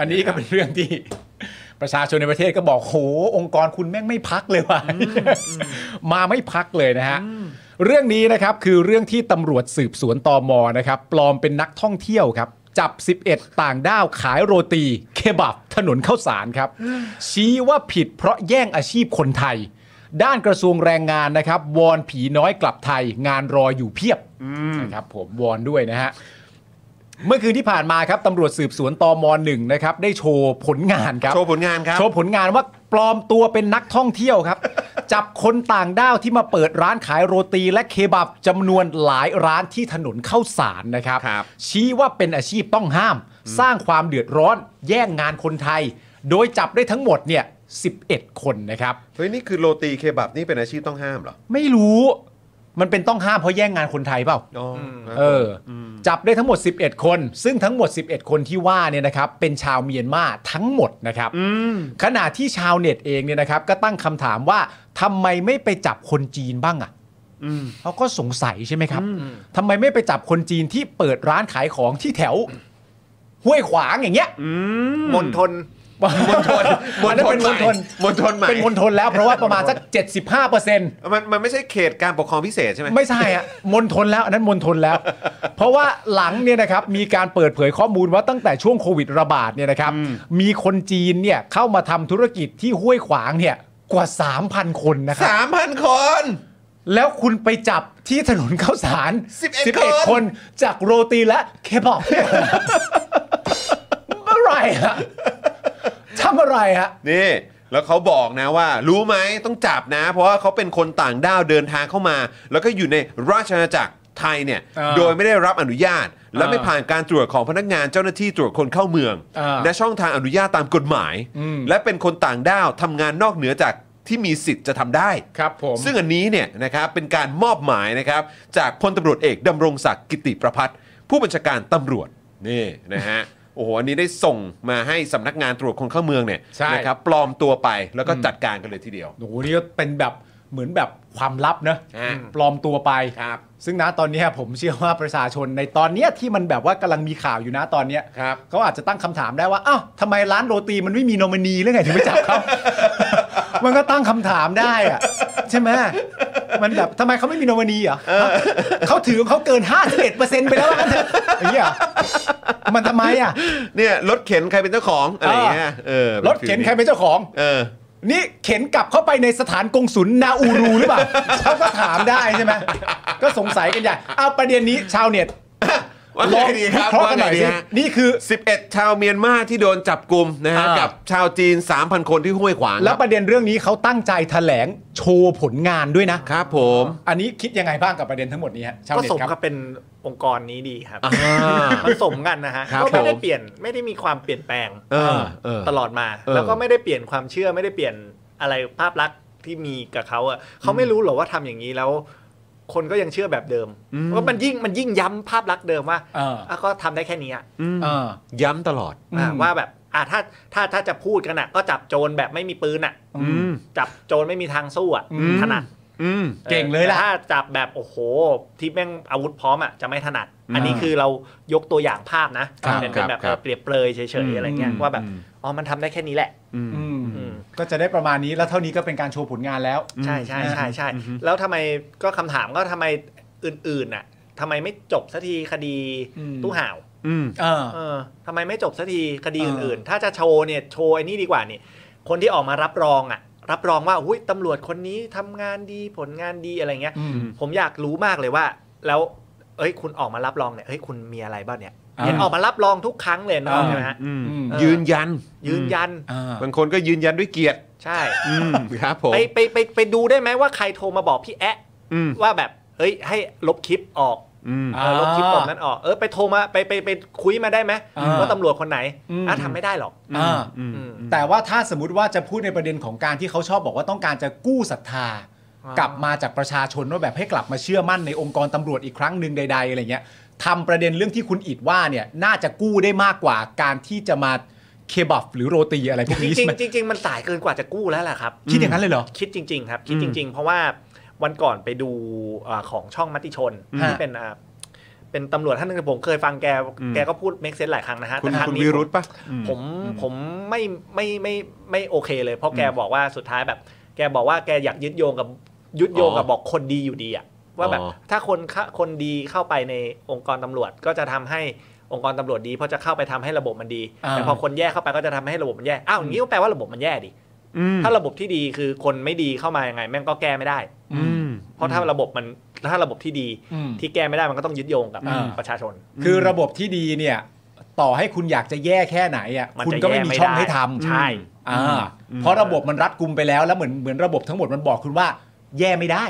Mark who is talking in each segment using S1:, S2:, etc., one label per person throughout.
S1: อันนี้ก็เป็นเรื่องที่ ประชาชนในประเทศก็บอกโหองค์กรคุณแม่งไม่พักเลยว่ะ มาไม่พักเลยนะฮะ เรื่องนี้นะครับคือเรื่องที่ตำรวจสืบสวนตอมอนะครับ ปลอมเป็นนักท่องเที่ยวครับ จับ 11 ต่างด้าวขายโรตี เคบับถนนข้าวสาร ครับ ชี้ว่าผิดเพราะแย่งอาชีพคนไทย ด้านกระทรวงแรงงานนะครับ วอนผีน้อยกลับไทย งานรออยู่เพียบนะครับผมวอนด้วยนะฮะ เมื่อคืนที่ผ่านมาครับตำรวจสืบสวนตอมหนึ่งนะครับได้โชว์ผลงานครับ
S2: โชว์ผลงานครับ
S1: โชว์ผลงานว่าปลอมตัวเป็นนักท่องเที่ยวครับ จับคนต่างด้าวที่มาเปิดร้านขายโรตีและเคบับจำนวนหลายร้านที่ถนนเข้าสารนะครับ
S2: ครับ
S1: ชี้ว่าเป็นอาชีพต้องห้าม สร้างความเดือดร้อน แย่งงานคนไทย โดยจับได้ทั้งหมดเนี่ย11 คนนะครับ
S2: เฮ้ย นี่คือโรตีเคบับนี่เป็นอาชีพต้องห้ามเหรอ
S1: ไม่รู้มันเป็นต้องห้ามเพราะแย่งงานคนไทยเปล่า
S2: อ๋อ
S1: เอออจับได้ทั้งหมด 11 คน ซึ่งทั้งหมด 11 คนที่ว่าเนี่ยนะครับ เป็นชาวเมียนมาทั้งหมดนะครับขณะที่ชาวเน็ตเองเนี่ยนะครับ ก็ตั้งคำถามว่าทำไมไม่ไปจับคนจีนบ้างอะ่ะเขาก็สงสัยใช่ไหมครับทำไมไม่ไปจับคนจีนที่เปิดร้านขายของที่แถว ห้วยขวางอย่างเงี้ย
S2: มณฑล
S1: มณฑลอันนั้นเป็นมณฑล
S2: มณฑลใหม่
S1: เป็นมณฑลแล้วเพราะว่าประมาณสัก 75เปอร์เซ็นต์
S2: มันมันไม่ใช่เขตการปกครองพิเศษใช่ไหม
S1: ไม่ใช่ อะมนทนแล้วอันนั้นมนทนแล้ว เพราะว่าหลังเนี่ยนะครับมีการเปิดเผยข้อมูลว่าตั้งแต่ช่วงโควิดระบาดเนี่ยนะครับมีคนจีนเนี่ยเข้ามาทำธุรกิจที่ห้วยขวางเนี่ยกว่า 3,000 คนนะครับ
S2: สามพันคน
S1: แล้วคุณไปจับที่ถนนข้าวสาร
S2: 11
S1: 11 คนจากโรตีและเคบับเมื่อไหรฮะทำอะไรฮะ
S2: นี่ แล้วเขาบอกนะว่า รู้ไหมต้องจับนะ เพราะว่าเขาเป็นคนต่างด้าวเดินทางเข้ามา แล้วก็อยู่ในราชอาณาจักรไทยเนี่ย
S1: อ่า
S2: โดยไม่ได้รับอนุญาต และไม่ผ่านการตรวจของพนักงานเจ้าหน้าที่ตรวจคนเข้าเมือง
S1: อ่า
S2: และช่องทางอนุญาตตามกฎหมาย และเป็นคนต่างด้าวทำงานนอกเหนือจากที่มีสิทธิ์จะทำได้
S1: ครับผม
S2: ซึ่งอันนี้เนี่ยนะครับเป็นการมอบหมายนะครับ จากพลตำรวจเอกดำรงศักดิ์กิติประพัฒน์ผู้บัญชาการตำรวจนี่นะฮะ โอ้โหอันนี้ได้ส่งมาให้สำนักงานตรวจคนเข้าเมืองเนี่ย
S1: ใช่
S2: นะครับปลอมตัวไปแล้วก็จัดการกันเลยทีเดียว
S1: โอ้โหนี่ก็เป็นแบบเหมือนแบบความลับเนอะ
S2: ฮะ
S1: ปลอมตัวไป
S2: ครับ
S1: ซึ่งนะตอนเนี้ยผมเชื่อว่าประชาชนในตอนเนี้ยที่มันแบบว่ากำลังมีข่าวอยู่นะตอนเนี้ย
S2: ครับ
S1: เขาอาจจะตั้งคำถามได้ว่าอ้าวทำไมร้านโรตีมันไม่มีโนมินีหรือไงถึงไปจับเขา มันก็ตั้งคำถามได้อะใช่ไหมมันแบบทำไมเขาไม่มีโนมินีเหรอเขาถือของเขาเกิน 51%ไปแล้วว่างั้นเถอะอย่างเงี้ยเหรอมันทำไมอ่ะ
S2: เนี่ยรถเข็นใครเป็นเจ้าของอะไรอย่างเงี้ยเออป็
S1: รถเข็นใครเป็นเจ้าของ
S2: เออ
S1: นี่เข็นกลับเข้าไปในสถานกงศุลนาอูรูหรือเปล่า เขาก็ถามได้ใช่ไหมก็สงสัยกันใหญ่เอาประเด็นนี้ชาวเน็ต
S2: ว่า
S1: ล
S2: ไง
S1: อง
S2: ดีครับ
S1: วิเคราะห์
S2: ว่า
S1: กันห
S2: ไง
S1: น่อย
S2: ดี
S1: สิ
S2: ฮะ
S1: นี่คือ
S2: 11 ชาวเมียนมาที่โดนจับกลุ่มนะฮะ
S1: อ่ากั
S2: กับชาวจีน 3,000 คนที่ห้วยขวาง
S1: แล้วประเด็นเรื่องนี้เขาตั้งใจแถลงโชว์ผลงานด้วยนะ
S2: ครับผม
S1: อันนี้คิดยังไงบ้างกับประเด็นทั้งหมดนี้ฮะชาว
S3: ก็
S1: เน็ต
S3: สม
S1: ค
S3: กั
S1: รั
S3: บบ เป็นองค์กรนี้ดีครับ
S2: อ่า
S3: มันสมกันนะฮะ
S2: ครับ
S3: ก็ไม่ได้
S2: ผม
S3: เปลี่ยนไม่ได้มีความเปลี่ยนแปลง
S2: เออเออ
S3: ตลอดมา
S2: เออ
S3: แล้วก็ไม่ได้เปลี่ยนความเชื่อไม่ได้เปลี่ยนอะไรภาพลักษณ์ที่มีกับเขาอ่ะเขาไม่รู้หรอกว่าทำอย่างนี้แล้ว คนก็ยังเชื่อแบบเดิมว่ามันยิ่งมันยิ่งย้ำภาพลักษณ์เดิมว่า
S1: เอออ่
S3: ะก็ทำได้แค่นี้อ่ะ
S1: เออ
S2: ย้ำตลอด
S3: อ่ะ
S1: อืม
S3: ว่าแบบอ่ะถ้าถ้าถ้าจะพูดกันอ่ะ ก็จับโจรแบบไม่มีปืนอ่ะ
S1: อืม
S3: จับโจรไม่มีทางสู้อ่ะ
S1: อืม
S3: ถนัด
S2: อืม
S1: เก่งเลยล่ะ
S3: แต่ถ้าจับแบบโอ้โห ที่แม่งอาวุธพร้อมอ่ะจะไม่ถนัด อันนี้คือเรายกตัวอย่างภาพนะครับ เป็นเป็นแบบ
S2: ครับ
S3: เปรียบเปรยเฉยๆอะไรเงี้ยว่าแบบอ๋อมันทำได้แค่นี้แหละ
S1: อืม
S3: อืม
S1: ก็จะได้ประมาณนี้แล้วเท่านี้ก็เป็นการโชว์ผลงานแล้ว
S3: ใช่ใช่ใช่ใช่แล้วทำไมก็คำถามก็ทำไมอื่นๆน่ะทำไมไม่จบสักทีคดี
S1: อืม
S3: ตู้ห่าว
S2: อืม
S1: เออ
S3: เออทำไมไม่จบสักทีคดี
S1: เอออื่
S3: อื่นๆ ถ้าจะโชว์เนี่ยโชว์ไอ้นี่ดีกว่านี่คนที่ออกมารับรองอ่ะ รับรองว่าอุ้ยตำรวจคนนี้ทำงานดีผลงานดีอะไรเงี้ย
S1: อืม
S3: ผมอยากรู้มากเลยว่า แล้ว เอ้ย คุณออกมารับรองเนี่ยเอ้ยคุณมีอะไรบ้างเนี่ย
S1: อ่า
S3: เห็นออกมารับรองทุกครั้งเลยน้อง
S1: อ่า
S3: ใช่ไหมฮะ
S2: อืม
S1: อืม
S3: เออ
S2: ยืนยัน
S3: ยืนยัน
S1: อ่า
S2: บางคนก็ยืนยันด้วยเกียรติ
S3: ใช่
S2: ครับผม
S3: ไปไปไปไปดูได้ไหมว่าใครโทรมาบอกพี่แอะ
S2: อืม
S3: ว่าแบบ เอ้ย ให้ลบคลิปออก
S2: อืม
S3: เออลบคลิปออกนั้นออกเออไปโทรมาไปไปไปคุยมาได้ไหม
S1: อ่า
S3: ว่าตำรวจคนไหน
S1: อืม
S3: อ่ะทำไม่ได้หรอก
S1: อ่า
S3: อืม
S1: แต่ว่าถ้าสมมติว่าจะพูดในประเด็นของการที่เขาชอบบอกว่าต้องการจะกู้ศรัทธา
S3: อ่าก ก
S1: ลับมาจากประชาชนว่าแบบให้กลับมาเชื่อมั่นในองค์กรตำรวจอีกครั้งหนึ่งใด ๆอะไรเงี้ยทำประเด็นเรื่องที่คุณอิดว่าเนี่ยน่าจะกู้ได้มากกว่าการที่จะมาเคบับหรือโรตีอะไรพวก
S3: จ
S1: นี้
S3: ริ
S1: ใช่
S3: ง
S1: ไหม
S3: ๆจริง ๆ มันสายเกินกว่าจะกู้แล้วแหละครับ
S1: คิดอย่างนั้นเลยเหรอ
S3: คิดจริง ๆ ครับ คิดจริง ๆ เพราะว่าวันก่อนไปดูอาของช่องมติชน
S1: ฮะ
S3: ที่เป็นอ่า เป็นตำรวจท่านหนึ่งผมเคยฟังแกแกก็พูดเมคเซนหลายครั้งนะฮะ
S2: คุณ
S3: แต่รั้
S2: คุณ
S3: งนี้
S2: วิ
S3: ผม
S2: รุธปะ
S3: ผมผมไม่ไม่ไม่ไม่โอเคเลย เพราะแกบอกว่าสุดท้ายแบบ แกบอกว่าแกอยากยึดโยงกับยึดโยงกับ
S2: อ๋อ
S3: บอกคนดีอยู่ดีอะว่าแบบ
S2: อ๋อ
S3: ถ้าคนเข้าคนดีเข้าไปในองค์กรตำรวจก็จะทำให้องค์กรตำรวจดีเพราะจะเข้าไปทำให้ระบบมันดี
S1: อ่า
S3: แต่พอคนแย่เข้าไปก็จะทำให้ระบบมันแย่อ้าวอย่างนี้ก็แปลว่าระบบมันแย่ดิ
S2: อืม
S3: ถ้าระบบที่ดีคือคนไม่ดีเข้ามายังไงแม่งก็แก้ไม่ได้
S2: อืม
S3: เพราะถ้าระบบมันถ้าระบบที่ดี
S1: อืม
S3: ที่แก้ไม่ได้มันก็ต้องยึดโยงกับ
S1: อ่า
S3: ประชาชน
S1: คือระบบที่ดีเนี่ย ต่อให้คุณอยากจะแย่แค่ไหนอ่ะ
S3: มัน
S1: คุณ
S3: จะ
S1: ก็ไม่มีช่อง
S3: แย่ไม่ได้
S1: ให้ทำ
S3: ใช่
S1: อ่าเพราะระบบมันรัดกุมไปแล้วแล้วเหมือนเหมือนระบบทั้งหมดมันบอกคุณว่า แย่ไม่ได้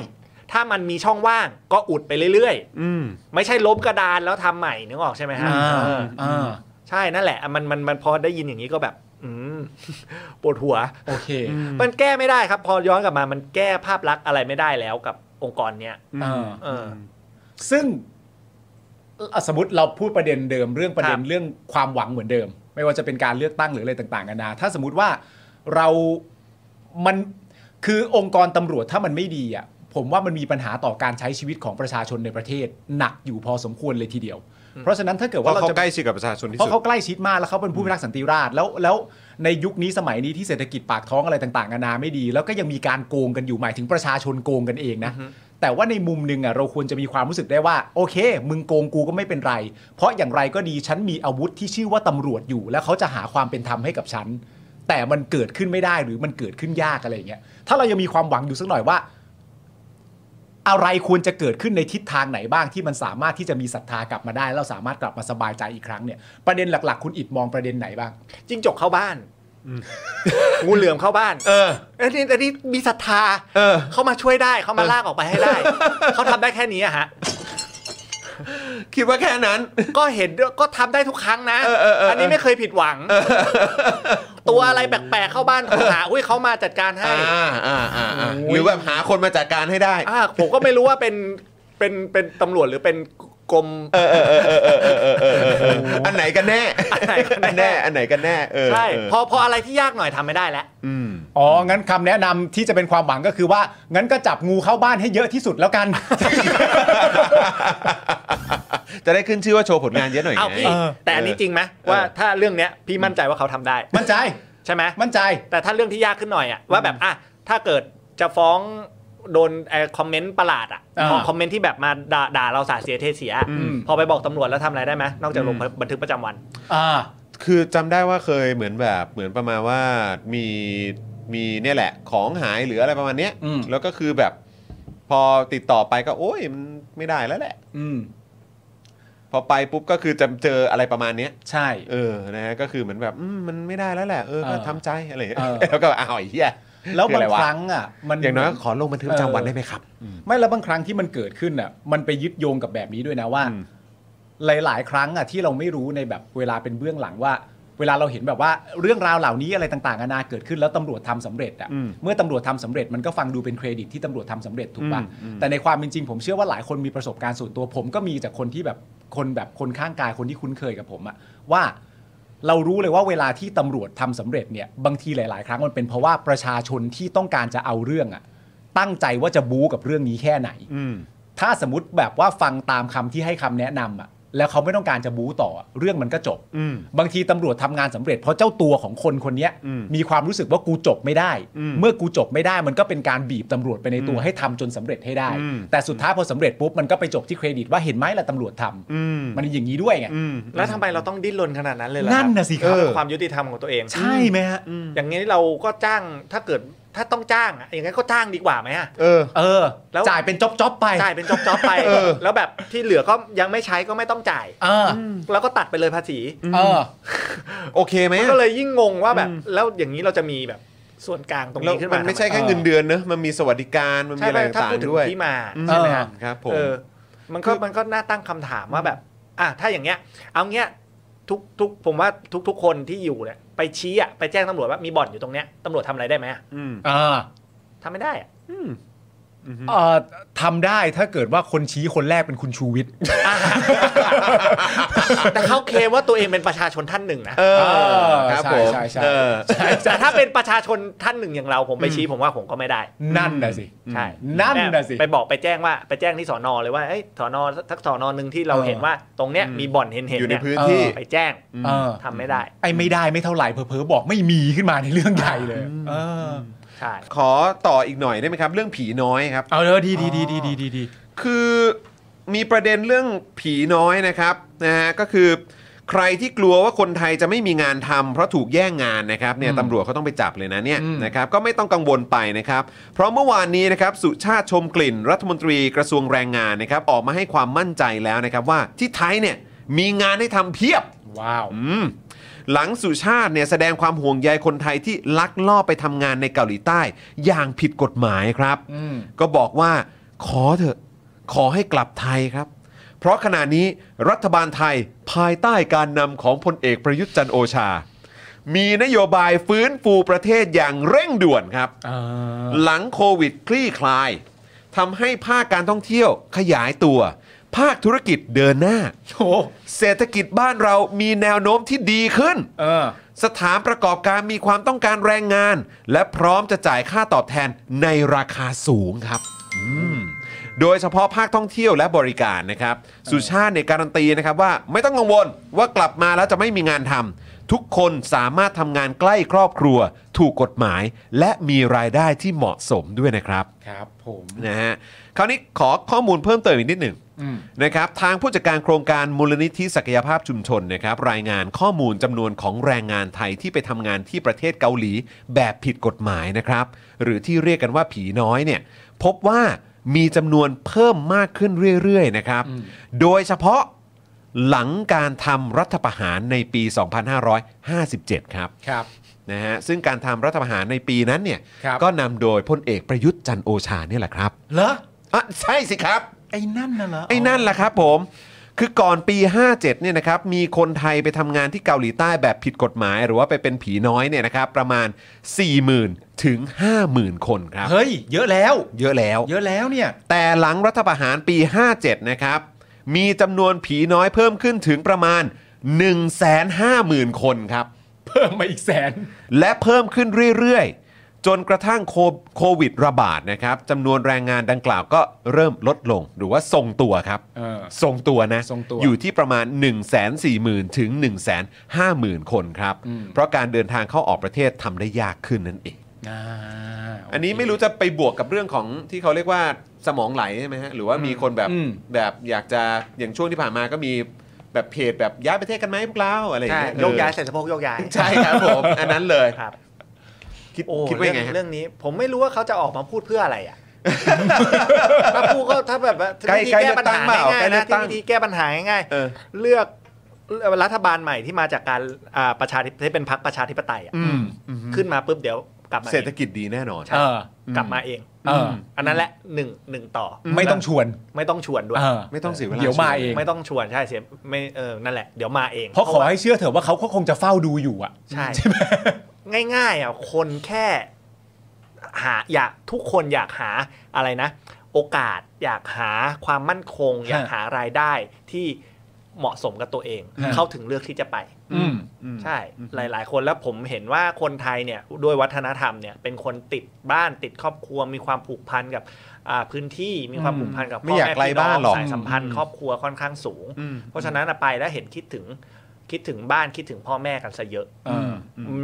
S3: ถ้ามันมีช่องว่างก็อุดไปเรื่อยๆ
S2: อืม
S3: ไม่ใช่ลบกระดานแล้วทำใหม่นึกออกใช่ไหมฮะ
S1: อ่า
S3: เออ
S1: อ่า
S3: ใช่นั่นแหละอ่ะมันมันมันพอได้ยินอย่างนี้ก็แบบ อืม ปวดหัว
S1: โอเค
S3: มันแก้ไม่ได้ครับ พอย้อนกลับมามันแก้ภาพลักษณ์อะไรไม่ได้แล้วกับองค์กรเนี้ย
S1: อ่า
S3: เออ
S1: ซึ่งอ่ะสมมติเราพูดประเด็นเดิมเรื่องประเด็น
S3: ครับ
S1: เรื่องความหวังเหมือนเดิม ไม่ว่าจะเป็นการเลือกตั้งหรืออะไรต่างๆกันานาถ้าสมมติว่าเรามันคือองค์กรตำรวจถ้ามันไม่ดีอ่ะผมว่ามันมีปัญหาต่อการใช้ชีวิตของประชาชนในประเทศ หนักอยู่พอสมควรเลยทีเดียว เพราะฉะนั้นถ้าเกิด
S2: เพ
S1: ว่า
S2: ราะ
S1: เรา
S2: เขา
S1: จะ
S2: ใกล้ชิดกับประชาชนที่
S1: เพราะ
S2: สุด
S1: เขาใกล้ชิดมากแล้วเขาเป็นผู้พิทักษ์สันติราษฎร์แล้วแล้วในยุคนี้สมัยนี้ที่เศรษฐกิจปากท้องอะไรต่างๆนานาไม่ดี แล้วก็ยังมีการโกงกันอยู่หมายถึงประชาชนโกงกันเองนะ
S3: อือฮึ
S1: แต่ว่าในมุมหนึ่งอ่ะเราควรจะมีความรู้สึกได้ว่า โอเค มึงโกงกูก็ไม่เป็นไร เพราะอย่างไรก็ดีฉันมีอาวุธที่ชื่อว่าตำรวจอยู่ แล้วเขาจะหาความเป็นธรรมให้กับฉันแต่มันเกิดขึ้นไม่ได้หรือมันเกิดขึ้นยากอะไรอย่างเงี้ยถ้าเรายังมีความหวังอยู่สักหน่อยว่า อะไรควรจะเกิดขึ้นในทิศทางไหนบ้างที่มันสามารถที่จะมีศรัทธากลับมาได้ แล้วสามารถกลับมาสบายใจอีกครั้งเนี่ยประเด็นหลักๆ คุณอิดมองประเด็นไหนบ้าง
S3: จิ้งจกเข้าบ้านงูเหลือมเข้าบ้าน
S2: เออ
S3: เอันนี้อันนี้มีศรัทธา
S2: เออ
S3: เขามาช่วยได้เขามาลากออกไปให้ได้ เขาทำได้แค่นี้อะฮะ
S2: คิดว่าแค่นั้น
S3: ก็เห็นก็ทำได้ทุกครั้งนะ
S2: เออเออเอออั
S3: นนี้ไม่เคยผิดหวัง ตัวอะไรแปลกๆเข้าบ้านคนหาอุ้ยเขามาจัดการให้
S2: อ่าอ่าอ่าอ่า
S1: โอ้ย
S2: หรือแบบหาคนมาจัดการให้ได้
S3: อ่าผมก็ไม่รู้ว่าเป็นเป็นเป็นตำรวจหรือเป็นกรม
S2: อันไหนกันแน่
S3: อันไหนกันแน่
S2: อันไหนกันแน่เออ
S3: ใช่
S2: เออ
S3: พอพออะไรที่ยากหน่อยทำไม่ได้แล้ว
S2: อืม
S1: อ๋องั้นคำแนะนำที่จะเป็นความหวังก็คือว่า งั้นก็จับงูเข้าบ้านให้เยอะที่สุดแล้วกัน
S2: จะได้ขึ้นชื่อว่าโชว์ผลงานเยอะหน่อยไง
S3: เอาพี่
S2: เออ
S3: แต่อันนี้จริงไหมว่าถ้าเรื่องเนี้ยพี่มั่นใจว่าเขาทำได้
S1: มั่นใจ
S3: ใช่ไหม
S1: มั่นใจ
S3: แต่ถ้าเรื่องที่ยากขึ้นหน่อยอ่ะว่าแบบอ่ะถ้าเกิดจะฟ้องโดนไอ้คอมเมนต์ประหลาดอ่ะ
S1: อ่า
S3: คอมเมนต์ที่แบบมาด่าด่าเราสาเสียเทเสียอะ
S2: อืม
S3: พอไปบอกตำรวจแล้วทำอะไรได้ไหมนอกจากลงบันทึกประจำวัน
S1: อ่า
S2: คือจำได้ว่าเคยเหมือนแบบเหมือนประมาณว่ามีมีเนี่ยแหละ ของหายหรืออะไรประมาณเนี้ย
S1: อืม
S2: แล้วก็คือแบบพอติดต่อไปก็โอ้ยมันไม่ได้แล้วแหละ
S1: อืม
S2: พอไปปุ๊บก็คือจะเจออะไรประมาณเนี้ย
S1: ใช่
S2: เออ นะฮะ ก็คือเหมือนแบบอืมมันไม่ได้แล้วแหละ เออ ก็
S1: เออ
S2: ทำใจอะไรอย่างเงี้ย
S1: เออ
S2: แล้วก็อ้าวไอ้เหี้ย
S1: แล้
S2: อบ
S1: วาง
S2: อะไระ
S1: ครั้งอ่ะ มัน
S2: อย่างน้อยก็ขอลงบันทึกประจำวันได้ไหมครับ
S1: ไม่แล้วบางครั้งที่มันเกิดขึ้นอ่ะมันไปยึดโยงกับแบบนี้ด้วยนะว่า
S2: อืม
S1: หลาย ๆ ครั้งอ่ะที่เราไม่รู้ในแบบเวลาเป็นเบื้องหลังว่า เวลาเราเห็นแบบว่าเรื่องราวเหล่านี้อะไรต่างๆนานาเกิดขึ้นแล้วตำรวจทำสำเร็จอ่ะ
S2: อืม
S1: เมื่อตำรวจทำสำเร็จมันก็ฟังดูเป็นเครดิตที่ตำรวจทำสำเร็จถูกป่ะ
S2: อืมอืม
S1: แต่ในความเป็นจริงผมเชื่อว่าหลายคนมีประสบการณ์ส่วนตัวผมก็มีจากคนที่แบบคนแบบคนข้างกายคนที่คุ้นเคยกับผมอ่ะว่า เรารู้เลยว่าเวลาที่ตำรวจทำสำเร็จเนี่ยบางทีหลาย ๆ ครั้งมันเป็นเพราะว่าประชาชนที่ต้องการจะเอาเรื่องอะตั้งใจว่าจะบู๊กับเรื่องนี้แค่ไหน
S2: อืม
S1: ถ้าสมมติแบบว่าฟังตามคำที่ให้คำแนะนำอะแล้วเขาไม่ต้องการจะบู๊ต่ออะเรื่องมันก็จบ
S2: อืม
S1: บางทีตำรวจทำงานสำเร็จเพราะเจ้าตัวของคนคนเนี้ย
S2: อืม
S1: มีความรู้สึกว่ากูจบไม่ได้
S2: อืม
S1: เมื่อกูจบไม่ได้มันก็เป็นการบีบตำรวจไปในตัวให้ทำจนสำเร็จให้ได้
S2: อืม
S1: แต่สุดท้ายพอสำเร็จปุ๊บมันก็ไปจบที่เครดิตว่าเห็นไหมล่ะตำรวจทำ
S2: อืม
S1: มันอย่างนี้ด้วยไง
S2: อืม
S3: แล้วทำไมเราต้องดิ้นรนขนาดนั้นเลยล่ะครับ
S1: นั่นน่ะสิครับ
S3: เพื่อความยุติธรรมของตัวเอง
S1: ใช่ไหมฮะ
S3: อย่างนี้เราก็จ้างถ้าเกิดถ้าต้องจ้างอะอย่างนั้นก็จ้างดีกว่าไหมอะ
S2: เออ
S1: เออ
S3: แล้ว
S1: จ่ายเป็นจ๊อบๆไป
S3: จ่ายเป็นจ็อบๆไป
S2: เออ
S3: แล้วแบบที่เหลือก็ยังไม่ใช้ก็ไม่ต้องจ่าย
S1: เออ
S3: แล้วก็ตัดไปเลยภาษี
S1: เออ
S2: โอเคไหม
S3: มัน
S2: อะ
S3: ก็เลยยิ่งงงว่าแบบ แล้วอย่างนี้เราจะมีแบบส่วนกลางตรง
S2: แล้ว
S3: นี้ขึ้น
S2: มั
S3: มาน ทำ
S2: ไม่ใช่แค่เงินเดือนเนอะมันมีสวัสดิการ มันมี
S3: ใช่
S2: อะไร
S3: ไหมถ้า
S2: ต่าง
S3: พูด
S2: ๆ
S3: ถึง
S2: ด้วย
S3: ที่มา
S2: อืม
S3: ใช่ไหมฮะ
S2: ครับผม
S3: เออ มันก็มันก็น่าตั้งคำถามว่าแบบ อ่ะถ้าอย่างเงี้ย เอาเงี้ยทุกทุกผมว่าทุกๆคนที่อยู่เนี่ยไปชี้อะไปแจ้งตำรวจว่ามีบ่อนอยู่ตรงเนี้ยตำรวจทำอะไรได้ไหมอะ
S2: อืม
S1: เออ
S3: ทำไม่ได้อะ
S1: เอ่อทำได้ถ้าเกิดว่าคนชี้คนแรกเป็นคุณชูวิทย์
S3: แต่เขาเคลมว่าตัวเองเป็นประชาชนท่านหนึ่งนะ
S2: เอ
S1: เอ
S2: อ
S1: อ
S2: ครับ
S1: ใช่
S2: ผม
S1: ใช่ใช่ ใช่
S2: เออ
S1: ใช่ใช่
S3: แต่ถ้าเป็นประชาชนท่านหนึ่งอย่างเราผมไปชี้ผมว่าผมก็ไม่ได้
S1: นั่นนะสิ
S3: ใช่
S1: นั่นน่ะสิ
S3: ไปบอกไปแจ้งว่าไปแจ้งที่สอนอเลยว่าเอ้ยสอนอทักสอนอหนึ่งที่เรา
S1: เออ
S3: เห็นว่าตรงเนี้ย
S2: อืม
S3: มีบ่อนเห็นเห็น
S2: อยู่ใน
S3: เนี่ย
S2: พื้นที่
S1: เออ
S3: ไปแจ้ง
S1: เออ
S3: ทำไม่ได้
S1: ไอ้ไม่ได้ไม่เท่าไหร่เผลอๆบอกไม่มีขึ้นมาในเรื่องใหญ่เลยเอออ
S3: ใช่
S2: ขอต่ออีกหน่อยได้ไหมครับ เรื่องผีน้อยครับ
S1: เอาเลยดีดีดีดีดีดีดี
S2: คือมีประเด็นเรื่องผีน้อยนะครับนะฮะก็คือ ใครที่กลัวว่าคนไทยจะไม่มีงานทำเพราะถูกแย่งงานนะครับเนี่ย
S1: อืม
S2: ตำรวจเขาต้องไปจับเลยนะเนี่ย
S1: อืม
S2: นะครับก็ไม่ต้องกังวลไปนะครับ เพราะเมื่อวานนี้นะครับสุชาติชมกลิ่น รัฐมนตรีกระทรวงแรงงานนะครับออกมาให้ความมั่นใจแล้วนะครับว่าที่ไทยเนี่ยมีงานให้ทำเพียบ
S1: ว้าว
S2: อืมหลังสุชาติเนี่ยแสดงความห่วงใยคนไทยที่ลักลอบไปทำงานในเกาหลีใต้ อย่างผิดกฎหมายครับ
S1: อืม
S2: ก็บอกว่าขอเถอะขอให้กลับไทยครับ เพราะขณะนี้รัฐบาลไทยภายใต้การนำของพลเอกประยุทธ์จันทร์โอชา มีนโยบายฟื้นฟูประเทศอย่างเร่งด่วนครับ
S1: เออ
S2: หลังโควิดคลี่คลายทำให้ภาคการท่องเที่ยวขยายตัว ภาคธุรกิจเดินหน้า
S1: โอ้
S2: เศรษฐกิจบ้านเรามีแนวโน้มที่ดีขึ้น
S1: เออ
S2: สถานประกอบการมีความต้องการแรงงาน และพร้อมจะจ่ายค่าตอบแทนในราคาสูงครับอืมโดยเฉพาะภาคท่องเที่ยวและบริการนะครับ สุชาติในยการันตีนะครับว่าไม่ต้องกังวลว่ากลับมาแล้วจะไม่มีงานทำทุกคนสามารถทำงานใกล้ครอบครัว ถูกกฎหมาย และมีรายได้ที่เหมาะสมด้วยนะครับ
S1: ครับผม
S2: นะฮะคราวนี้ขอข้อมูลเพิ่มเติมอีกนิดหนึ่ง
S1: อืม
S2: นะครับทางผู้จัดการโครงการมูลนิธิศักยภาพชุมชนนะครับรายงานข้อมูลจำนวนของแรงงานไทยที่ไปทำงานที่ประเทศเกาหลีแบบผิดกฎหมายนะครับ หรือที่เรียกกันว่าผีน้อยเนี่ยพบว่ามีจำนวนเพิ่มมากขึ้นเรื่อยๆนะครับ โดยเฉพาะหลังการทำรัฐประหารในปี 2557 ครับ
S1: ครับ
S2: นะฮะซึ่งการทำรัฐประหารในปีนั้นเนี่ย
S1: ครับ
S2: ก็นำโดยพลเอกประยุทธ์จันทร์โอชาเนี่ยแหละครับ
S1: เหรอ
S2: อ่ะใช่สิครับ
S1: ไอ้นั่นน่ะเหรอ
S2: ไอ้นั่นแหละครับผมคือก่อนปี 57เนี่ยนะครับมีคนไทยไปทำงานที่เกาหลีใต้แบบผิดกฎหมาย หรือว่าไปเป็นผีน้อยเนี่ยนะครับประมาณ 40,000 ถึง 50,000 คนครับ
S1: เฮ้ย เยอะแล้ว
S2: เยอะแล้ว
S1: เยอะแล้วเนี่ย
S2: แต่หลังรัฐประหารปี 57 นะครับ มีจำนวนผีน้อยเพิ่มขึ้นถึงประมาณ 150,000 คนครับ
S1: เพิ่มมาอีกแสน
S2: และเพิ่มขึ้นเรื่อยๆ จนกระทั่งโคโควิดระบาดนะครับจำนวนแรงงานดังกล่าวก็เริ่มลดลงหรือว่าทรงตัวครับ
S1: เออ
S2: ทรงตัวนะ
S1: ทรงตัว
S2: อยู่ที่ประมาณ 1 4 0 0 0 0 0 ถึง 1 5 0 0 0 0 คนครับ
S1: อืม
S2: เพราะการเดินทางเข้าออกประเทศทำได้ยากขึ้นนั่นเอง
S1: อ่าโเค
S2: อันนี้ไม่รู้จะไปบวกกับเรื่องของที่เขาเรียกว่าสมองไหลใช่ไหมฮะ หรือว่ามีคนแบบ
S1: อืม
S2: แบบอยากจะอย่างช่วงที่ผ่านมาก็มีแบบเพจแบบย้ายประเทศกันไหมพวกเราอะไรอย่าง
S3: ใช่
S2: เงี้ย
S3: โยกย้าย
S2: เอ
S3: ใส่สะโพกโยกย้าย
S2: อใช่ครับผม อันนั้นเลย
S3: ครับ
S2: คิด
S3: โอ้
S2: คิดว่ายังไง
S3: เรื่อง
S2: ฮะ
S3: เรื่องนี้ผมไม่รู้ว่าเขาจะออกมาพูดเพื่ออะไร อ่ะ มาพูดก็ถ้าแบบว่า
S2: ใกล้
S3: วิธี
S2: ใกล้
S3: แก้ปัญหา
S2: เลือกตั้งเปล่า
S3: ง่ายๆ
S2: ใกล้
S3: นะ
S2: เลือกตั้
S3: ที่
S2: ง
S3: วิธีแก้ปัญหาง่ายๆ
S2: เออ
S3: เลือกรัฐบาลใหม่ที่มาจากการอ่าประชาธิปที่เป็นพรรคประชาธิปไตยอะ
S2: อืม
S3: ขึ้นมาปุ๊บเดี๋ยวกลับมา
S2: เศรษ
S3: เอ
S2: ฐ
S3: ง
S2: กิจดีแน่นอน
S1: เออ
S3: กลับมาเอง
S1: เออ
S3: อันนั้นแหละหนึ่งหนึ่งต่ออ
S1: ไม่ต้องชวน
S3: ไม่ต้องชวนด้วย
S1: เออ
S2: ไม่ต้องเสียเวลา
S1: เดี๋ยวมาเอง
S3: ไม่ต้องชวนใช่เสียไม่เออนั่นแหละเดี๋ยวมาเอง
S1: เพราะขอให้เชื่อเถอะว่าเขาก็คงจะเฝ้าดูอยู่อ่ะ
S3: ใช่ง่ายๆอ่ะคนแค่หาอยากทุกคนอยากหาอะไรนะ โอกาสอยากหาความมั่นคง อยากหารายได้ที่เหมาะสมกับตัวเอง
S1: ฮะ
S3: เขาถึงเลือกที่จะไป
S1: อืม
S2: อืม
S3: ใช่หลาย ๆ คนแล้วผมเห็นว่าคนไทยเนี่ยด้วยวัฒนธรรมเนี่ยเป็นคนติดบ้านติดครอบครัว มีความผูกพันกับอ่าพื้นที่มีความ
S1: อืม
S3: ผูกพันกับ
S2: ไม่อยาก
S3: พ่แ
S2: ไกลบ้านหรอก
S3: สายสัมพัน
S2: อื
S3: ธ์
S2: ม
S3: ครอบครัวค่อนข้างสูง
S2: อืม
S3: เพราะฉะนั้นอะไปแล้วเห็นคิดถึงคิดถึงบ้านคิดถึงพ่อแม่กันซะเยอะ
S1: เออ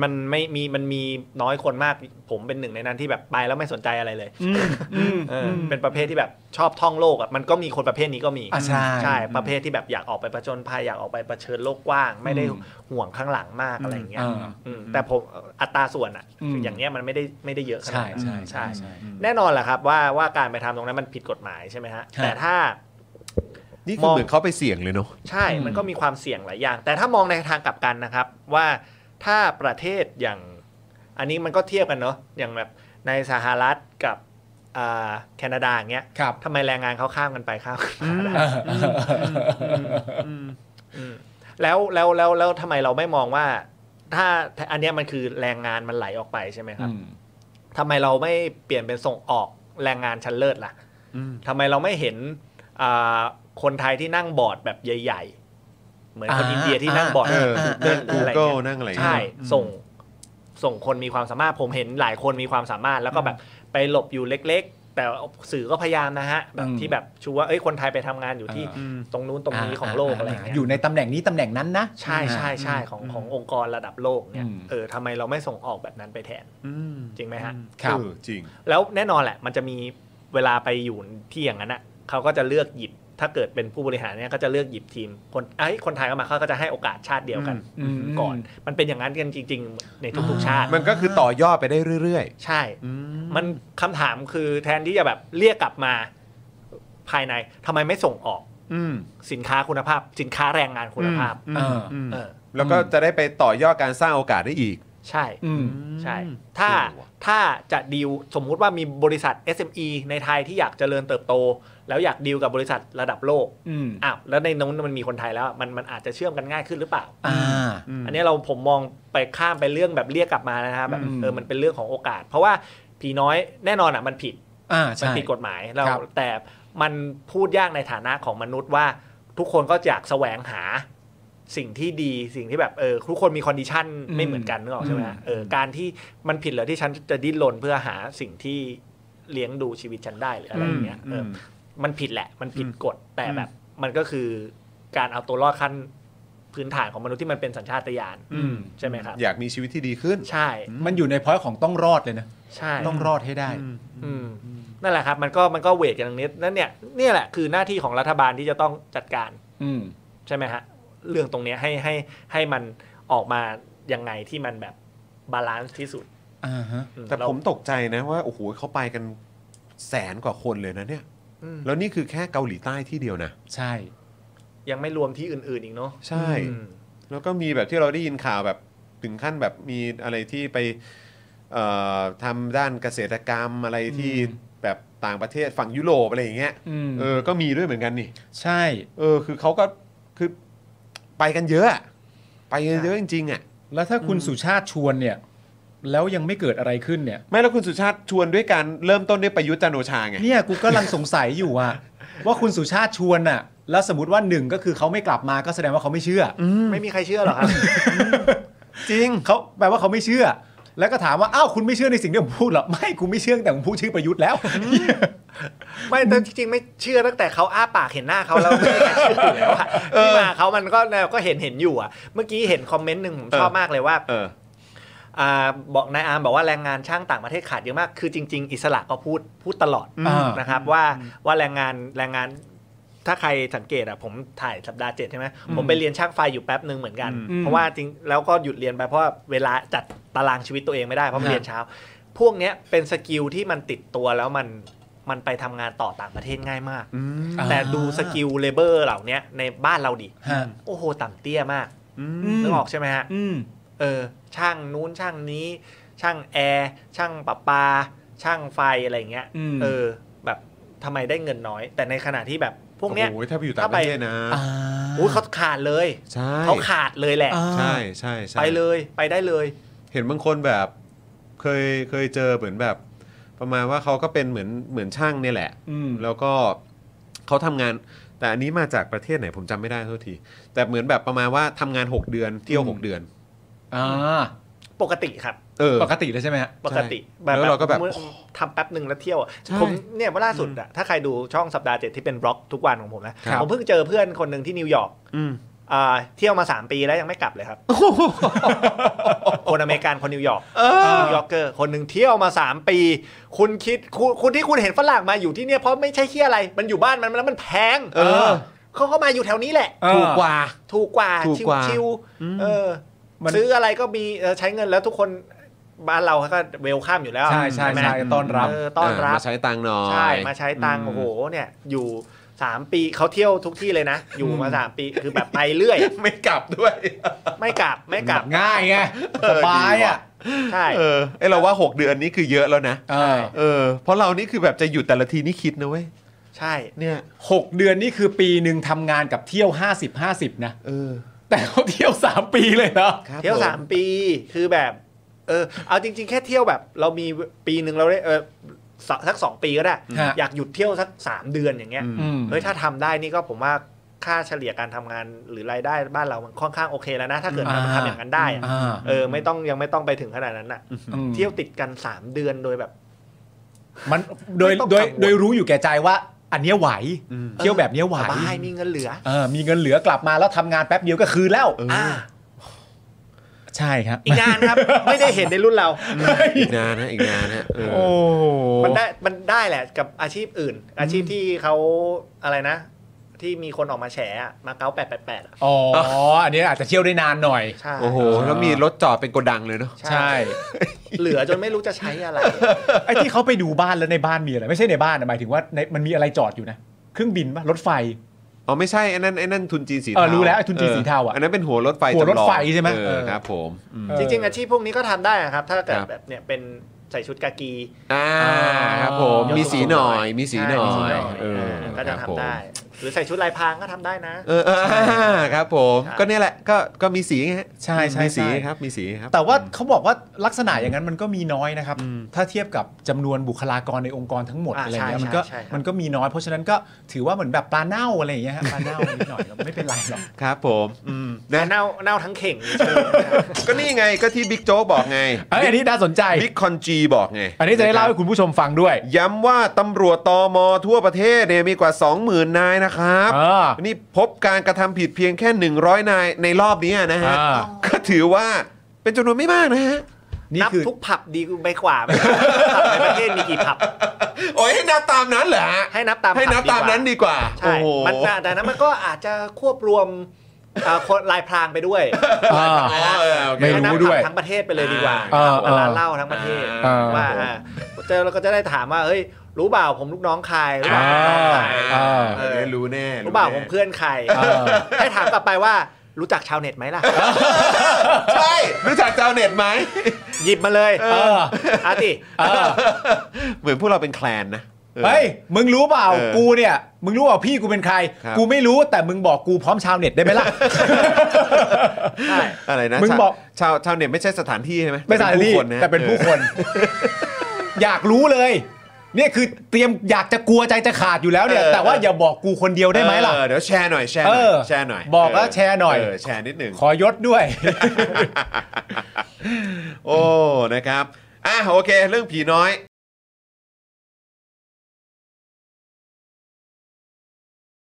S3: มันไม่มีมันมีน้อยคนมากผมเป็นหนึ่งในนั้นที่แบบไปแล้วไม่สนใจอะไรเลยเอออเป็นประเภทที่แบบชอบท่องโลกอ่ะมันก็มีคนประเภทนี้ก็มี
S1: อ่ะใช่
S3: ใช่ประเภทที่แบบอยากออกไปประจนภัยอยากออกไปประเชิญโลกกว้าง ไม่ได้
S1: อืม
S3: ห่วงข้างหลังมากอะไรอย่างเงี้ย
S1: อ่า
S3: อืมแต่ผมอัตราส่วนอ่ะ
S1: อืม
S3: อย่างเงี้ยมันไม่ได้ไม่ได้เยอะขนา
S1: ใช่
S3: ดนั้น
S1: ใช่ใช่
S3: ใช่
S1: ใช่
S3: แน่นอนแหละครับว่าว่าการไปทำตรงนั้นมันผิดกฎหมายใช่ไหมฮะ
S1: ฮะ
S3: แต่ถ้า
S2: นี่คือเหมือนเขาไปเสี่ยงเลยเนาะ
S3: ใช่ มันก็มีความเสี่ยงหลายอย่าง แต่ถ้ามองในทางกลับกันนะครับ ว่าถ้าประเทศอย่าง อันนี้มันก็เทียบกันเนาะ อย่างแบบในสหรัฐกับอ่าแคนาดาอย่างเงี้ย
S1: ครับ
S3: ทำไมแรงงานเขาข้ามกันไปข้ามกันมาได้
S1: เออเออ
S3: อืมแล้วแล้วแล้วแล้วทำไมเราไม่มองว่า ถ้าอันเนี้ยมันคือแรงงานมันไหลออกไปใช่ไหมค
S1: อื
S3: รับ
S1: ม
S3: ทำไมเราไม่เปลี่ยนเป็นส่งออกแรงงานชั้นเลิศล่ะ
S2: อืม
S3: ทำไมเราไม่เห็นอ่าคนไทยที่นั่งบอร์ดแบบใหญ่ ๆ เหมือนคน
S1: อ่า
S3: อินเดียที่นั่งบอร์ด
S1: อ่า
S2: เออ
S3: แบบ Google อะไร
S2: กู
S3: เงี้ย
S2: นั่งอะไรอย่าง
S3: ใช่
S2: เงี้ย
S3: ส่ง ส่งคนมีความสามารถผมเห็นหลายคนมีความสามารถแล้วก็แบบไปหลบอยู่เล็ก ๆ แต่สื่อก็พยายามนะฮะแบบ
S1: อืม
S3: ที่แบบชูว่าเอ้ยคนไทยไปทำงานอยู่ที่
S2: อืม
S3: ตรงนู้นตรงนี้ของโลกอะไรอย่างเงี้ย
S1: อยู่ในตำแหน่งนี้ตำแหน่งนั้นนะ
S3: ใช่ใช่ใช่ของขององค์กรระดับโลกเนี่ย
S1: อืม
S3: เออทำไมเราไม่ส่งออกแบบนั้นไปแทน
S2: อืม
S3: จริงไหมฮะ
S1: ครับ
S2: เออจริง
S3: แล้วแน่นอนแหละ มันจะมีเวลาไปอยู่ที่อย่างนั้นอ่ะเขาก็จะเลือกหยิบ ถ้าเกิดเป็นผู้บริหารเนี่ยก็จะเลือกหยิบทีม คนไอ้ยคนไทยเข้ามาเขาก็จะให้โอกาสชาติเดียวกัน
S1: อืม
S3: ก่อน มันเป็นอย่างนั้นกันจริง ๆ ในทุกๆชาติ
S2: มันก็คือต่อยอดไปได้เรื่อย
S3: ใช่
S2: ๆอื
S3: มันคำถามคือแทนที่จะแบบเรียกกลับมาภายในทำไมไม่ส่งออก
S2: อืม
S3: สินค้าคุณภาพ สินค้าแรงงานคุณภาพ
S2: อืม
S1: เอออื
S2: ม
S3: เออ
S2: แล้วก็จะได้ไปต่อยอดการสร้างโอกาสได้อีก
S3: ใช่
S1: อืม
S3: ใช่ ถ้า ถ้าจะดีลสมมุติว่ามีบริษัท SME ในไทยที่อยากเจริญเติบโต แล้วอยากดีลกับบริษัทระดับโลก
S1: อืม
S3: อ้าว แล้วในนู้นมันมีคนไทยแล้ว มันมันอาจจะเชื่อมกันง่ายขึ้นหรือเปล่า
S1: อ่า
S3: อันนี้เราผมมองไปข้ามไปเรื่องแบบเรียกกลับมานะครับแบบ
S1: อืม
S3: เออ มันเป็นเรื่องของโอกาส เพราะว่าผีน้อยแน่นอนอ่ะมันผิด
S1: อ่า
S3: มั
S1: ใช่
S3: นผิดกฎหมายเรา
S1: ครับ
S3: แต่มันพูดยากในฐานะของมนุษย์ว่าทุกคนก็อยากแสวงหาสิ่งที่ดีสิ่งที่แบบเออทุกคนมีคอนดิชัน
S1: อืม
S3: ไม่เหมือนกันนึกออกใช่ไหม
S1: อืม
S3: เออการที่มันผิดเหรอที่ฉันจะดิ้นรนเพื่อหาสิ่งที่เลี้ยงดูชีวิตฉันได้หรืออะไรอย่างเงี้ย
S2: อืม
S3: เอออ
S2: ม
S3: มันผิดแหละ มันผิดกฎแต่แบบมันก็คือการเอาตัวรอดขั้นพื้นฐานของมนุษย์ที่มันเป็นสัญชาตญาณ
S1: อืม
S3: ใช่ไหมครับ
S2: อยากมีชีวิตที่ดีขึ้น
S3: ใช่
S1: มันอยู่ในพอยต์ของต้องรอดเลยนะ
S3: ใช่
S1: ต้องรอดให้ได้
S3: อืมนั่นแหละครับมันก็มันก็เวทกันตรงนี้นั่นเนี่ยเนี่ยแหละคือหน้าที่ของรัฐบาลที่จะต้องจัดการ
S1: อืม
S3: ใช่ไหมฮะเรื่องตรงเนี้ยให้ให้ให้มันออกมายังไงที่มันแบบบาลานซ์ที่สุด
S1: อ่าฮะ
S3: อื
S2: แต่
S3: เรา
S2: ผมตกใจนะว่า โอ้โหเขาไปกันแสนกว่าคนเลยนะเนี่ย
S3: อืม
S2: แล้วนี่คือแค่เกาหลีใต้ที่เดียวนะ
S1: ใช่
S3: ยังไม่รวมที่อื่นๆอีกเนาะ
S2: ใช่
S3: อืม
S2: แล้วก็มีแบบที่เราได้ยินข่าวแบบถึงขั้นแบบมีอะไรที่ไปเอ่อทำด้านเกษตรกรรมอะไรที่
S1: อืม
S2: แบบต่างประเทศฝั่งยุโรปอะไรอย่างเงี้ย
S1: อืม
S2: เออก็มีด้วยเหมือนกันนี่
S1: ใช่
S2: เออคือเขาก็คือไปกันเยอะอะไปกันเยอะจริงๆอ่ะ
S1: แล้วถ้าคุณสุชาติชวนเนี่ย แล้วยังไม่เกิดอะไรขึ้น เนี่ย
S2: ไม่แล้วคุณสุชาติชวนด้วยการเริ่มต้นด้วยประยุทธ์จันทร์โอชาไง
S1: เนี่ยกูก็ลังสงสัยอยู่ อะว่าคุณสุชาติชวนอะแล้วสมมติว่าหนึ่งก็คือเขาไม่กลับมาก็แสดงว่าเขาไม่เชื่ออ
S3: ไม่มีใครเชื่อหรอกครับ
S1: จริงเขาแปลว่าเขาไม่เชื่อ แล้วก็ถามว่าอ้าวคุณไม่เชื่อในสิ่งที่ผมพูดเหรอ ไม่กูไม่เชื่อตั้งแต่ผมพูดชื่อประยุทธ์แล้ว
S3: ไม่แต่จริงๆไม่เชื่อตั้งแต่เขาอ้าปากเห็นหน้าเขาแล้วไม่ได้เชื่ออยู่แล้วอะที่มาเขามันก็แนวก็เห็นเห็นอยู่อะเมื่อกี้เห็นคอมเมนต์หนึ่งผมชอบ
S2: เออ
S3: มากเลยว่า
S2: เออ
S3: อ่าบอกนายอาร์มบอกว่าแรงงานช่างต่างประเทศขาดเยอะมาก คือจริง ๆ อิสระก็พูดพูดตลอด
S1: อ่าน
S3: นะครับว่าว่าแรงงานแรงงานถ้าใครสังเกตอ่ะผมถ่ายสัปดาห์เจ็ดใช่ไหมผมไปเรียนช่างไฟอยู่แป๊บหนึ่งเหมือนกัน
S1: อืม
S3: เพราะว่าจริงแล้วก็หยุดเรียนไปเพราะว่าเวลาจัดตารางชีวิตตัวเองไม่ได้เพราะมั
S1: ครับ
S3: นเรียนเช้า พวกเนี้ยเป็นสกิลที่มันติดตัวแล้วมันมันไปทำงานต่อต่างประเทศง่ายมาก แต่ดูสกิลเลเบอร์เหล่าเนี้ยในบ้านเราดิ
S1: ฮะ
S3: โอ้โหต่ำเตี้ยมาก
S1: อืม
S3: นึกออกใช่ไหมฮะ
S1: อืม
S3: เออช่างนู้นช่างนี้ ช่างแอร์ช่างประปา ช่างไฟอะไรอย่างเงี้ย
S1: อืม
S3: เออ แบบทำไมได้เงินน้อย แต่ในขณะที่แบบพวกเนี้ย
S2: โอ้โหถ้าไปอยู่ต่างประเทศนะ
S1: อ่า
S3: อู้เขาขาดเลย
S2: ใช่
S3: เขาขาดเลยแหละ
S1: อ่า
S2: ใช่ใช่ใช่
S3: ไปเลยไปได้เลย
S2: เห็นบางคนแบบเคยเคยเจอเหมือนแบบ ประมาณว่าเขาก็เป็นเหมือนเหมือนช่างเนี่ยแหละ
S1: อืม
S2: แล้วก็เขาทำงาน แต่อันนี้มาจากประเทศไหนผมจำไม่ได้โทษที แต่เหมือนแบบประมาณว่าทำงาน 6 เดือนเที่ยว 6 เดือน
S1: อ่า
S3: ปกติครับ
S2: เออ
S1: ปกติเลยใช่ไหมฮะ
S3: ปกติ
S2: ใช่แล้วเราก็แบบ
S3: มื้อทำแป๊บหนึ่งแล้วเที่ยวอะ
S2: ใช่
S3: ผมเนี่ยว่าล่าสุดอะถ้าใครดูช่องสัปดาห์เจ็ดที่เป็นบล็อกทุกวันของผมนะครับ ผมเพิ่งเจอเพื่อนคนหนึ่งที่นิวยอร์ก
S2: อืม
S3: อ่าเที่ยวมาสามปีแล้วยังไม่กลับเลยครับคนอเมริกันคนนิวยอร์ก นิวยอร์กเกอร์คนหนึ่งเที่ยวมา 3 ปี คุณคิดคุณคุณที่คุณเห็นฝรั่งมาอยู่ที่เนี่ยเพราะไม่ใช่เที่ยอะไร มันอยู่บ้านมันแล้วมันแพง
S2: เออ
S3: เขาก็มาอยู่แถวนี้แหละ
S1: เออ
S2: ถูกกว่า
S3: ถูกกว่า
S2: ถูกกว่า
S3: ชิวๆเออ
S1: มัน
S3: ซื้ออะไรก็มีเออใช้เงินแล้วทุกคนบ้านเราก็เวลข้ามอยู่แล้ว
S1: ใช่ใช่
S3: ไหม
S1: ใช่ต้อนรับ
S3: เออต้อนรับ
S2: มาใช้ตังค์หน่อย
S3: ใช่มาใช้ตังค์โอ้โหเนี่ยอยู่ 3 ปีเขาเที่ยวทุกที่เลยนะ อยู่มา 3 ปีคือแบบไปเรื่อย
S2: ไม่กลับด้วย
S3: ไม่กลับไม่กลับ
S1: ง่ายไง
S2: เออ
S1: สบายอ่ะ
S2: ดีว่ะ
S3: ใช่
S2: เออเอยเราว่า 6 เดือนนี้คือเยอะแล้วนะ
S1: เออ
S2: เออ เพราะเรานี่คือแบบจะหยุดแต่ละทีนี่คิดนะเว้ย
S3: ใช่
S2: เนี่ย
S1: หกเดือนนี่คือปีหนึ่งทำงานกับเที่ยว 50 50 นะ
S2: เออ
S1: แต่เขาเที่ยว 3 ปีเลยเนาะ
S2: ครับ
S3: เที่ยว
S2: ผ
S3: สามปีคือแบบเออเอาจริง ๆ แค่เที่ยวแบบ เรามีปีหนึ่งเราได้เออสักสักสองปีก็ได้
S1: ฮะ
S3: อยากหยุดเที่ยวสักสามเดือนอย่างเงี้ย
S2: อืม
S1: อืม
S3: เฮ้ยถ้าทำได้นี่ก็ผมว่า ค่าเฉลี่ยการทำงานหรือรายได้บ้านเรามันค่อนข้างโอเคแล้วนะ ถ้าเกิด
S1: อ่า
S3: ทำทำอย่างนั้นได้อะ
S1: อ่า
S3: เออไม่ต้องยังไม่ต้องไปถึงขนาดนั้นอ่ะ
S1: อืม
S3: เที่ยวติดกันสามเดือนโดยแบบ
S1: มันโดย
S3: ไม่ต้อง
S1: โดย
S3: กังวล
S1: โดยรู้อยู่แก่ใจว่า อันเนี้ยไหว เที่ยวแบบเนี้ยไหว
S3: สบายมีเงินเหลือ
S1: เออมีเงินเหลือกลับมาแล้วทำงานแป๊บเดียวก็คืนแล้ว
S3: อ่า
S1: ใช่ครับ
S3: อีกนานครับ ไม่ได้เห็นในรุ่นเรา
S2: อีกนานนะอีกนานนะเออ
S1: โอ้โห
S3: มันได้มันได้แหละกับอาชีพอื่น อาชีพที่เขาอะไรนะ ที่มีคนออกมาแฉอะมาเก้าแปดแปดแปด
S1: อ๋อ อันนี้อาจจะเที่ยวได้นานหน่อย
S3: ใช่
S2: โอ้โหแล้วมีรถจอดเป็นโกดังเลยเนาะ
S1: ใช่
S3: เหลือจนไม่รู้จะใช้ อะไร
S1: ไอ้ที่เขาไปดูบ้านแล้วในบ้านมีอะไร ไม่ใช่ในบ้านนะหมายถึงว่าในมันมีอะไรจอดอยู่นะ เครื่องบินปะรถไฟ
S2: อ๋อไม่ใช่ไอ้นั่นไอ้นั่นทุนจีนสี
S1: เอ
S2: เทา
S1: อรู้แล้วไอ้ทุนจีนสีเทาอะ
S2: นนั้นเป็นหัวรถไฟ
S1: หัวรถ
S2: จำลอง
S1: ไฟใช่ไหม
S2: เอ
S1: เอ
S2: อ
S1: อ
S2: ครับผมอืม
S3: จริงๆ อาชีพพวกนี้ก็ทำได้นะครับ ถ้าเกิด
S2: ครับ
S3: แบบเนี่ยเป็นใส่ชุดกากี
S2: อ่าครับผม
S3: ยก
S2: มีสีหน่อย
S3: สูง
S2: มีสีหน่อ
S3: ใช่มีสี
S2: ย
S3: หน่อย
S2: เออ
S3: เออก็จะ
S2: ครับ
S3: ทำได้
S2: ผม
S3: หรือใส่ชุดลายพรางก็ทำได้นะ
S2: เอออ่าครับผม
S3: ใช่
S2: ก็เนี่ยแหละก็ก็มีสีไงฮะ
S1: ใช่ใช่
S2: มีสี
S1: ใช่
S2: ครับมีสีครับ
S1: แต่ว่าเขาบอกว่าลักษณะอย่างนั้นมันก็มีน้อยนะครับ
S2: อืม
S1: ถ้าเทียบกับจำนวนบุคลากรในองค์กรทั้งหมด
S3: อ่ะ
S1: อะไรเงี้ย
S3: ใช่
S1: มันก็
S3: ใช่ใช่ครับ
S1: มันก็มีน้อยเพราะฉะนั้นก็ถือว่าเหมือนแบบปลาเน่าอะไรอย่างเงี้ยฮะปลาเน่านิดหน่อยก็ไม่เป็นไรหรอก
S2: ครับผมอืมนะ
S3: เน่าเน่าทั้งเข่งเชิญ
S2: ก็นี่ไงก็ที่บิ๊กโจ๊กบอกไง
S1: เอยอันนี้น่าสนใจ
S2: บิ๊กคอนจีบอกไง
S1: อันนี้จะได้เล่าให้คุณผู้ชมฟังด้วย
S2: ย้ำว่าตำรวจตอมทั่วประเทศเนี่ยมีกว่า 20,000 นายนะครับ
S1: เออ
S2: นี่พบการกระทำผิดเพียงแค่ 100 นายในรอบนี้นะฮะ
S1: อ่า
S2: ก็ถือว่าเป็นจำนวนไม่มากนะฮะ
S1: นี่
S3: นับ
S1: คือ
S3: ทุกผับดีไปกว่าไหมผับใน ประเทศมีกี่ผับ
S2: โอ้ยให้นับตามนั้นเหรอฮะ
S3: ให้นับตาม
S2: ให้นับ
S3: ผั
S2: ตาม
S3: ดีกว่
S2: นั้นดีกว่า
S3: ใช่
S2: โอ้โห
S3: มันน่ะแต่นั้นมันก็อาจจะควบรวมเอ่อคนลายพรางไปด้วย
S1: อ่า
S2: อ๋อเออโอเค
S1: ไม่รู้
S3: ให้นับ
S1: ด้วย
S3: ผับทั้งประเทศไปเลยดีกว่า
S1: อ่า
S3: ร้า
S1: อ่า
S3: นเหล้าทั้งประเทศ
S1: อ่า
S3: ว่าอ่าเจอเราก็จะได้ถามว่าเฮ้ยรู้เปล่าผมลูกน้องใครรู้เปล่าผมลูกน้องใคร
S1: อ่า
S2: เออรู้แน่
S3: รู้เปล่า
S2: แ
S3: ผมเพื่อนใคร
S1: เออ
S3: ให้ถามกลับไปว่ารู้จักชาวเน็ตไหมล่ะ
S2: ใช่ รู้จักเจ้าเน็ตไหม
S3: หยิบมาเลย
S1: เออ
S3: เอาติ
S1: เออ
S2: เหมือนพวกเราเป็นแคลนนะออ
S1: เฮ้ย มึงรู้เปล่า
S2: เออ
S1: กูเนี่ย มึงรู้เปล่าพี่กูเป็นใคร
S2: ครับ
S1: กูไม่รู้แต่มึงบอกกูพร้อมชาวเน็ตได้ไหมล่ะ
S3: ใช่
S2: อะไรนะ
S1: มึงบอก
S2: ชาวชาวเน็ตไม่ใช่สถานที่ใช่ไหม
S1: ไม่ใช่ที่
S2: ผู้คนะฮะ
S1: แต่เป็นผู้คน อยากรู้เลย เนี่ยคือเตรียมอยากจะกลัวใจจะขาดอยู่แล้วเนี่ย
S2: เออ
S1: แต่ว่าอย่าบอกกูคนเดียวได้ไหมล่ะ
S2: เออเดี๋ยวแชร์หน่อยแชร์ห
S1: เอ
S2: น่อ
S1: อย
S2: แชร์หน่อย
S1: บอกว่า
S2: เ
S1: แชร์หน่อย
S2: เแชร์นิดหนึ่ง
S1: ขอยศด้วย
S2: โอ้นะครับอ่ะโอเค เรื่องผีน้อย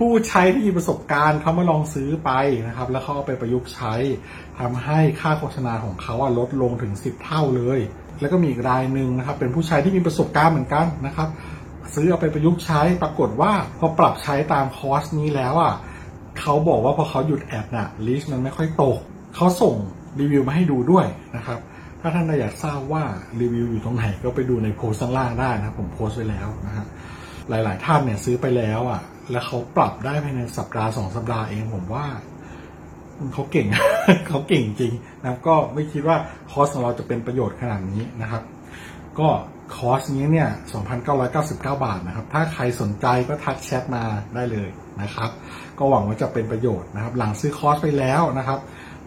S4: ผู้ใช้ที่มีประสบการณ์เขามาลองซื้อไปนะครับ แล้วเขาเอาไปประยุกต์ใช้ทำให้ค่าโฆษณาของเขาอะลดลงถึง 10 เท่าเลย แล้วก็มีอีกรายหนึ่งนะครับ เป็นผู้ใช้ที่มีประสบการณ์เหมือนกันนะครับ ซื้อเอาไปประยุกต์ใช้ปรากฏว่าพอปรับใช้ตามคอร์สนี้แล้วอ่ะเขาบอกว่าพอเขาหยุดแอดน่ะลิสต์มันไม่ค่อยตกเขาส่งรีวิวมาให้ดูด้วยนะครับ ถ้าท่านอยากทราบว่ารีวิวอยู่ตรงไหนก็ไปดูในโพสต์ข้างล่างได้นะครับผมโพสต์ไว้แล้วนะฮะหลาย ๆ ท่านเนี่ยซื้อไปแล้วอ่ะ แล้วเขาปรับได้ภายในสัปดาห์สองสัปดาห์เองผมว่าเขาเก่ง เขาเก่งจริงนะครับก็ไม่คิดว่าคอร์สของเราจะเป็นประโยชน์ขนาดนี้นะครับ ก็คอร์สนี้เนี่ย 2,999 บาทนะครับ ถ้าใครสนใจก็ทักแชทมาได้เลยนะครับ ก็หวังว่าจะเป็นประโยชน์นะครับ หลังซื้อคอร์สไปแล้วนะครับ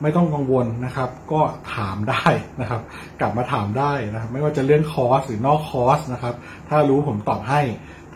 S4: ไม่ต้องกังวลนะครับ ก็ถามได้นะครับ กลับมาถามได้นะครับ ไม่ว่าจะเรื่องคอร์สหรือนอกคอร์สนะครับ ถ้ารู้ผมตอบให้ ถ